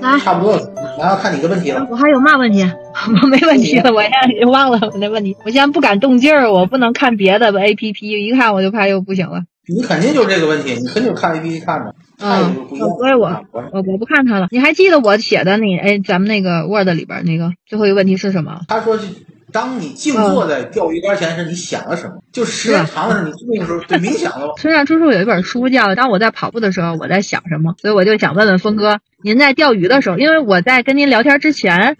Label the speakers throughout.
Speaker 1: 来，
Speaker 2: 差不多了，然后看你的问题了。
Speaker 1: 我还有嘛问题？ 我没问题了，我现在忘了我那问题。我现在不敢动劲儿，我不能看别的 A P P，一看我就怕又不行了。
Speaker 2: 你肯定就是这个问题，你肯定看 A P P 看的，看
Speaker 1: 嗯
Speaker 2: 的就不一，样。
Speaker 1: 所以我我我不看它了。你还记得我写的那哎，咱们那个 Word 里边那个最后一个问题是什么？
Speaker 2: 他说是，当你静
Speaker 1: 嗯
Speaker 2: 坐在钓鱼竿前时，你想了什么？就时间长了，你那个时候对冥想了吗？
Speaker 1: 村上春树有一本书叫《当我在跑步的时候，我在想什么》，所以我就想问问峰哥，您在钓鱼的时候，因为我在跟您聊天之前，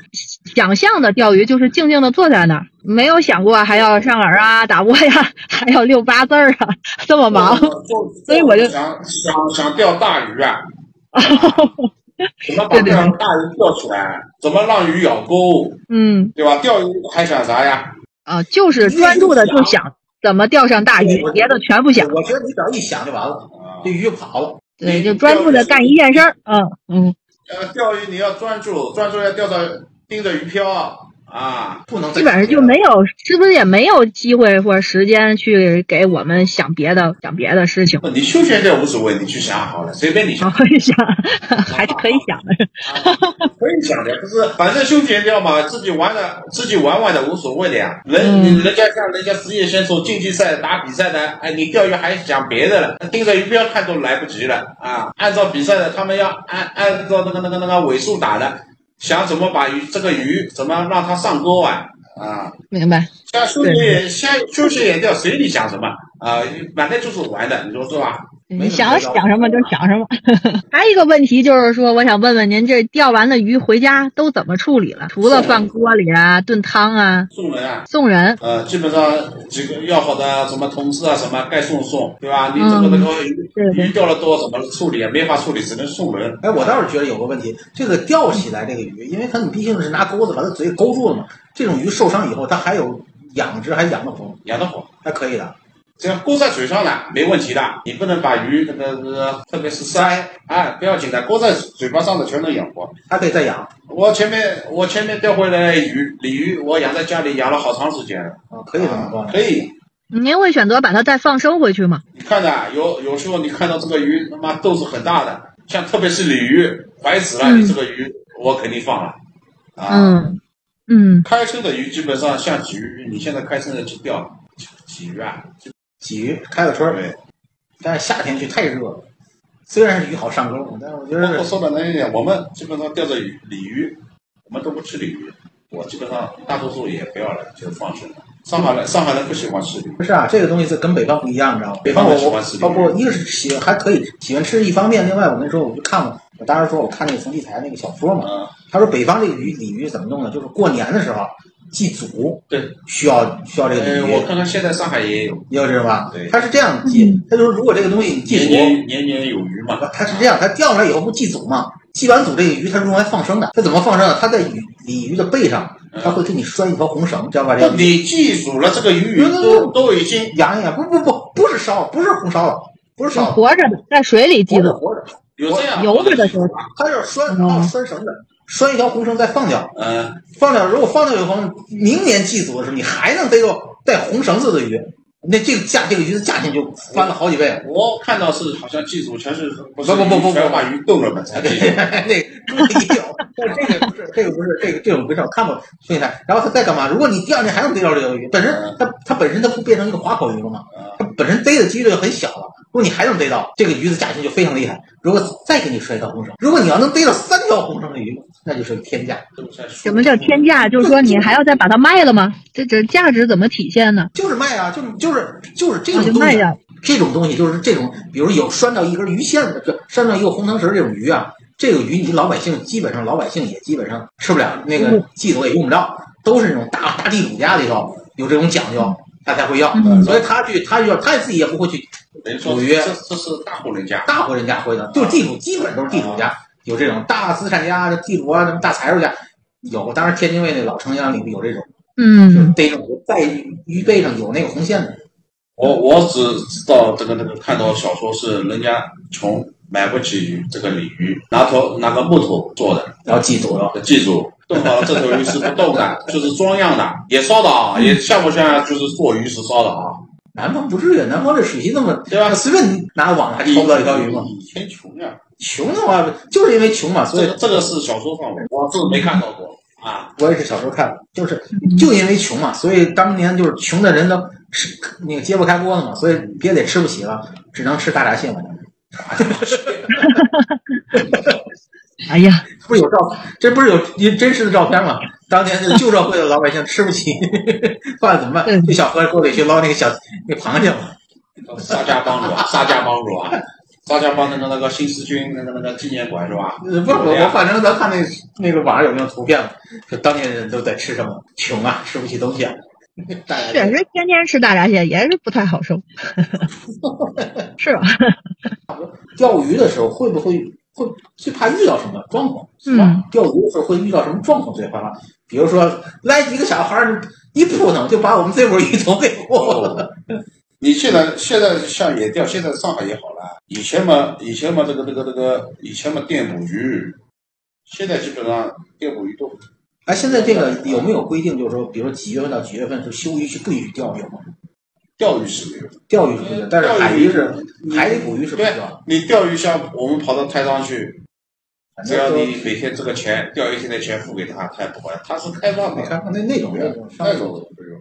Speaker 1: 想象的钓鱼就是静静的坐在那儿，没有想过还要上饵啊、打窝呀、还要遛八字儿啊，这么忙。 所以我就
Speaker 3: 想想想钓大鱼 啊，怎么把
Speaker 1: 对对
Speaker 3: 这样大鱼钓起来？啊怎么让鱼咬钩？
Speaker 1: 嗯，
Speaker 3: 对吧？钓鱼还想啥呀？
Speaker 1: 啊，就是专注的就想怎么钓上大鱼，别的全不想。
Speaker 2: 我觉得你只要一想就完了，
Speaker 3: 啊
Speaker 2: 这鱼就跑了。
Speaker 1: 对，就专注的干一件事儿。嗯嗯，
Speaker 3: 呃，钓鱼你要专注，专注要钓到盯着鱼漂啊。
Speaker 2: 不能再
Speaker 1: 基本上就没有，是不是也没有机会或者时间去给我们想别的、想别的事情？
Speaker 3: 你休闲这无所谓，你去想好了，随便你想
Speaker 1: 然，后一想， 还是可以想的。
Speaker 3: 可以想的，就是反正休闲钓嘛，自己玩的，自己玩玩的无所谓的呀。人、
Speaker 1: 嗯
Speaker 3: 人家像人家职业选手竞技赛打比赛的，哎，你钓鱼还想别的了，盯着鱼标看都来不及了啊！按照比赛的，他们要按按照那个那个那个尾数打的，想怎么把鱼这个鱼怎么让它上钩啊啊！
Speaker 1: 明白，
Speaker 3: 像休闲也像休闲也钓，谁理想什么啊？反正就是玩的，你说是吧？
Speaker 1: 你想想什么就想什么。 还有一个问题就是说，我想问问您，这钓完的鱼回家都怎么处理了？除了放锅里啊、炖汤啊、
Speaker 3: 送人啊，
Speaker 1: 送人，
Speaker 3: 呃，基本上几个要好的什么同事啊，什么该送送，对吧？你这个这个鱼、
Speaker 1: 对对
Speaker 3: 鱼钓了多，怎么处理啊？没法处理，只能送人。
Speaker 2: 哎，我倒是觉得有个问题，这个钓起来这个鱼，因为它你毕竟是拿钩子把它嘴给勾住了嘛，这种鱼受伤以后，它还有养殖，还养得活，
Speaker 3: 养得好，
Speaker 2: 还可以的。
Speaker 3: 只要勾在嘴上呢，没问题的。你不能把鱼那个、那个，特别是鳃，哎，不要紧的，勾在嘴巴上的全能养活。
Speaker 2: 还可以再养
Speaker 3: 我前面我前面钓回来的鱼鲤鱼，我养在家里养了好长时间了，
Speaker 2: 啊，可以这
Speaker 1: 嗯
Speaker 2: 么
Speaker 3: 啊
Speaker 2: 办。
Speaker 3: 可以。
Speaker 1: 您会选择把它再放生回去吗？
Speaker 3: 你看的，有有时候你看到这个鱼，他妈斗志很大的，像特别是鲤鱼，怀死了，
Speaker 1: 嗯
Speaker 3: 你这个鱼我肯定放了。啊、。
Speaker 1: 嗯嗯，
Speaker 3: 开车的鱼基本上像鲫鱼，你现在开车的去钓鲫鱼啊，
Speaker 2: 鲫鱼开个春儿，
Speaker 3: 对，
Speaker 2: 但是夏天去太热了。虽然是鱼好上钩，但是我觉
Speaker 3: 包括
Speaker 2: 得
Speaker 3: 说白了一点，我们基本上钓着鱼鲤鱼，我们都不吃鲤鱼，我基本上大多数也不要了，就放生了。上海人上海人不喜欢吃鲤鱼，
Speaker 2: 不是啊，这个东西是跟北方不一样，你知道吗？北方我
Speaker 3: 方人喜
Speaker 2: 我
Speaker 3: 欢吃
Speaker 2: 包
Speaker 3: 鲤鱼
Speaker 2: 括一个是喜还可以喜欢吃一方面，另外我跟你说，我就看过，我当时说我看那个冯骥才那个小说嘛，
Speaker 3: 啊，
Speaker 2: 他说北方这个鱼鲤鱼怎么弄呢？就是过年的时候祭祖，
Speaker 3: 对，
Speaker 2: 需要需要这个
Speaker 3: 呃，
Speaker 2: 鲤鱼，
Speaker 3: 我看看现在上海也有，
Speaker 2: 你知道吧？
Speaker 3: 对
Speaker 2: 他是这样祭，他就说如果这个东西你祭
Speaker 3: 年
Speaker 2: 祖，
Speaker 3: 年年年有余嘛，
Speaker 2: 他是这样，他钓上来以后不祭祖吗？祭完祖这个鱼它是用来放生的，它怎么放生呢？它在鱼鲤鱼的背上，它会给你拴一条红绳，知道吧？这
Speaker 3: 不
Speaker 2: 个，
Speaker 3: 你记住了，这个鱼
Speaker 2: 对对对
Speaker 3: 都都已经
Speaker 2: 养一养，不不不，不是烧，不是红烧了，不是烧，
Speaker 1: 活着的，在水里记
Speaker 2: 活着
Speaker 1: 住，
Speaker 2: 活着，
Speaker 3: 有这样
Speaker 1: 游着的时候，
Speaker 2: 它是拴
Speaker 1: 哦
Speaker 2: 啊拴绳的，拴一条红绳再放掉，
Speaker 3: 嗯，
Speaker 2: 放掉，如果放掉以后，明年祭祖的时候你还能逮着带红绳子的鱼，那这个价这个鱼的价钱就翻了好几倍了。
Speaker 3: 我看到是好像祭祖全是不是
Speaker 2: 不不不不不
Speaker 3: 全把鱼炖了嘛才祭祖。
Speaker 2: 那个没有，但这个不是，这个不是，这个这种不是我看过兄弟台。然后它再干嘛？如果你第二天还能逮着这条鱼，本身它它本身它不变成一个划口鱼了吗？
Speaker 3: 啊
Speaker 2: 它本身逮的几率就很小了。如果你还能逮到这个鱼的价钱就非常厉害。如果再给你摔一条红绳，如果你要能逮到三条红绳的鱼，那就是天价。
Speaker 1: 什么叫天价？就是说你还要再把它卖了吗？这这价值怎么体现呢？
Speaker 2: 就是卖啊，就是就是就是这
Speaker 1: 啊
Speaker 2: 种
Speaker 1: 就
Speaker 2: 东
Speaker 1: 卖
Speaker 2: 西
Speaker 1: 呀，
Speaker 2: 这种东西就是这种，比如有拴到一根鱼线儿的，这拴到一个红糖绳儿这种鱼啊，这个鱼你老百姓基本上老百姓也基本上吃不了，那个祭祖也用不着，都是那种大大地主家里头有这种讲究，他才会要，
Speaker 1: 嗯
Speaker 2: 所以他去他要他自己也不会去
Speaker 3: 等于说
Speaker 2: 捕鱼
Speaker 3: 这这是大户人家，
Speaker 2: 大户人家会的，就是地主基本都是地主家。有这种大资产家、地主啊、什么大财主家有。当然，天津卫那老城乡里面有这种，就是
Speaker 1: 嗯，
Speaker 2: 背上有在鱼背上有那个红线的。
Speaker 3: 我我只知道这个那个看到小说是人家穷买不起鱼，这个鲤鱼拿头拿个木头做的，
Speaker 2: 然后记住啊了，
Speaker 3: 记住，炖好了这头鱼是不动的，就是装样的，也烧的啊，也像不像就是做鱼是烧的啊，
Speaker 2: 南方不至于，南方这水性那么，
Speaker 3: 对吧？
Speaker 2: 随便你拿网还
Speaker 3: 以
Speaker 2: 抽不到一条鱼吗？
Speaker 3: 以前穷呀，
Speaker 2: 穷的话，就是因为穷嘛，所
Speaker 3: 这
Speaker 2: 以
Speaker 3: 个这个是小说上的，我这个没看到过啊。
Speaker 2: 我也是小时候看的，就是就因为穷嘛，所以当年就是穷的人都吃那个揭不开锅子嘛，所以别的也吃不起了，只能吃大闸蟹嘛。
Speaker 1: 哎呀，
Speaker 2: 不是有照，这不是有真实的照片吗？当年就旧社会的老百姓吃不起 饭怎么办？
Speaker 1: 嗯
Speaker 2: 就小河沟里去捞那个小那个螃蟹嘛。
Speaker 3: 沙家浜是吧？沙家浜是吧？沙家浜那个那个新四军那个那个纪念馆是吧？
Speaker 2: 呃不是我，我反正咱看那那个网上有那种图片嘛，就当年人都在吃什么，穷啊，吃不起东西啊。大家
Speaker 1: 确实天天吃大闸蟹也是不太好受，是吧？
Speaker 2: 钓鱼的时候会不会会最怕遇到什么状况？
Speaker 1: 嗯，
Speaker 2: 钓鱼的时候会遇到什么状况最害怕？比如说来几个小孩儿，一扑腾就把我们这波鱼头给破了。
Speaker 3: 哦，你现在现在像野钓，现在上海也好了。以前嘛，以前嘛，这个这个这个，以前嘛，电捕鱼，现在基本上电捕鱼都
Speaker 2: 哎，现在这个有没有规定？就是说，比如说几月份到几月份是休渔是不允许钓鱼吗？
Speaker 3: 钓鱼是没有的。
Speaker 2: 钓鱼是不行，但是海鱼是海里捕鱼是不
Speaker 3: 对
Speaker 2: 行的。
Speaker 3: 你钓鱼像我们跑到台上去，
Speaker 2: 反
Speaker 3: 只
Speaker 2: 正
Speaker 3: 要
Speaker 2: 都
Speaker 3: 你每天这个钱钓鱼天的钱付给他，他也不管，他是开放
Speaker 2: 你
Speaker 3: 的，
Speaker 2: 看
Speaker 3: 啊
Speaker 2: 那那种那种
Speaker 3: 那种都不用。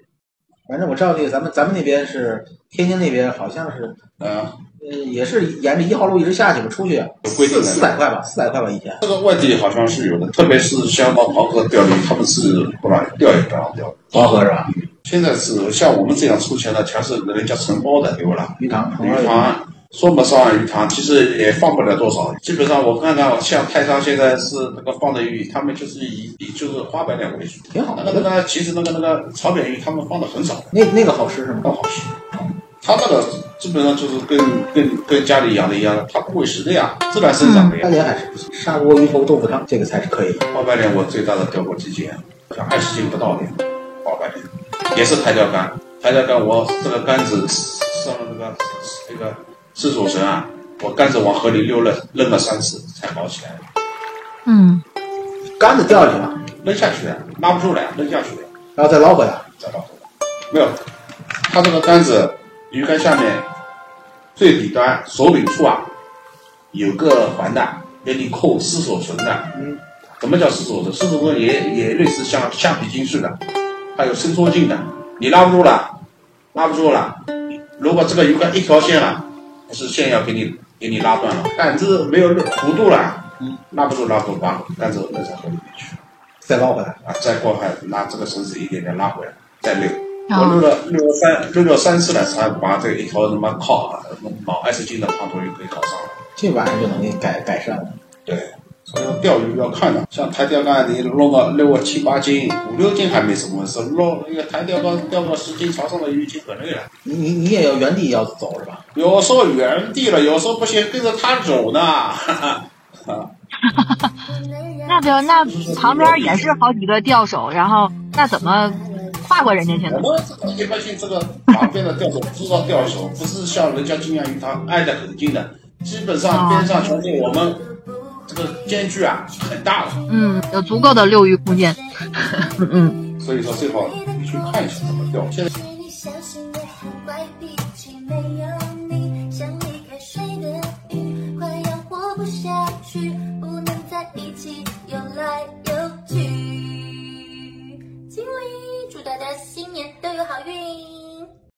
Speaker 2: 反正我知道那个咱们咱们那边是天津那边好像是
Speaker 3: 啊，
Speaker 2: 呃也是沿着一号路一直下去吧，出去啊
Speaker 3: 有规定
Speaker 2: 四
Speaker 3: 的。
Speaker 2: 四百块吧，四百块吧一天。
Speaker 3: 这个外地好像是有的，特别是像到黄河钓鱼，他们是不让钓也不让钓。
Speaker 2: 黄河是吧？
Speaker 3: 现在是像我们这样出钱的，全是人家承包的，对不啦？
Speaker 2: 鱼塘，黄河
Speaker 3: 鱼塘说不上鱼塘，其实也放不了多少。基本上我看到像泰山现在是那个放的鱼，他们就是以以就是花白脸为主。
Speaker 2: 挺好
Speaker 3: 那
Speaker 2: 的
Speaker 3: 个那个，其实那个那个草扁鱼他们放的很少，
Speaker 2: 那那个好吃是吗？
Speaker 3: 不好吃。他那个基本上就是跟跟跟家里养的一样的，他不喂食的呀，自然生长的
Speaker 2: 大
Speaker 3: 呀。
Speaker 2: 连还是不行，砂锅鱼头豆腐汤这个才是可以的。
Speaker 3: 花白脸我最大的钓过几斤，像二十斤不到的花白脸，也是台钓竿，台钓竿我这个杆子上了那个那个自主绳啊，我杆子往河里溜了扔了三次才捞起来的，
Speaker 1: 嗯，
Speaker 2: 杆子掉下去了，
Speaker 3: 扔下去的，拉不住了，扔下去的，
Speaker 2: 然后再捞回来。
Speaker 3: 再捞回来。没有，它这个杆子鱼竿下面最底端手柄处啊有个环的，给你扣丝索绳的。
Speaker 2: 嗯，
Speaker 3: 什么叫丝索绳？丝索绳也也类似像橡皮筋似的，还有伸缩劲的。你拉不住了，拉不住了。如果这个鱼竿一条线啊，是线要给你给你拉断了，杆子没有弧度了，
Speaker 2: 嗯，
Speaker 3: 拉不住拉不住，把杆子扔到河里面去。
Speaker 2: 再捞回来，
Speaker 3: 啊，再过海拿这个绳子一点点拉回来，再溜。
Speaker 1: 哦
Speaker 3: 我溜了溜了三溜了三次了，才把这一条他妈靠啊，老二十斤的胖头鱼给搞上来。
Speaker 2: 这玩意儿就能给你改改善了。
Speaker 3: 对，所以说钓鱼要看的，像台钓竿你弄个六个七八斤、五六斤还没什么事，弄一个台钓竿钓个十斤朝上的鱼已经很累了。
Speaker 2: 你你你也要原地要走是吧？
Speaker 3: 有时候原地了，有时候不行跟着他走呢。哈哈。
Speaker 1: 那就那旁边也是好几个钓手，然后那怎么跨过人家去呢？
Speaker 3: 我们这个一般性这个旁边的钓手，知道钓手不是像人家金阳鱼塘挨得很近的，基本上边上全是我们这个间距啊很大的，
Speaker 1: 嗯，有足够的遛鱼空间。嗯嗯，
Speaker 3: 所以说最好你去看一下怎么钓。现在
Speaker 4: 你小心也好，怪脾气没有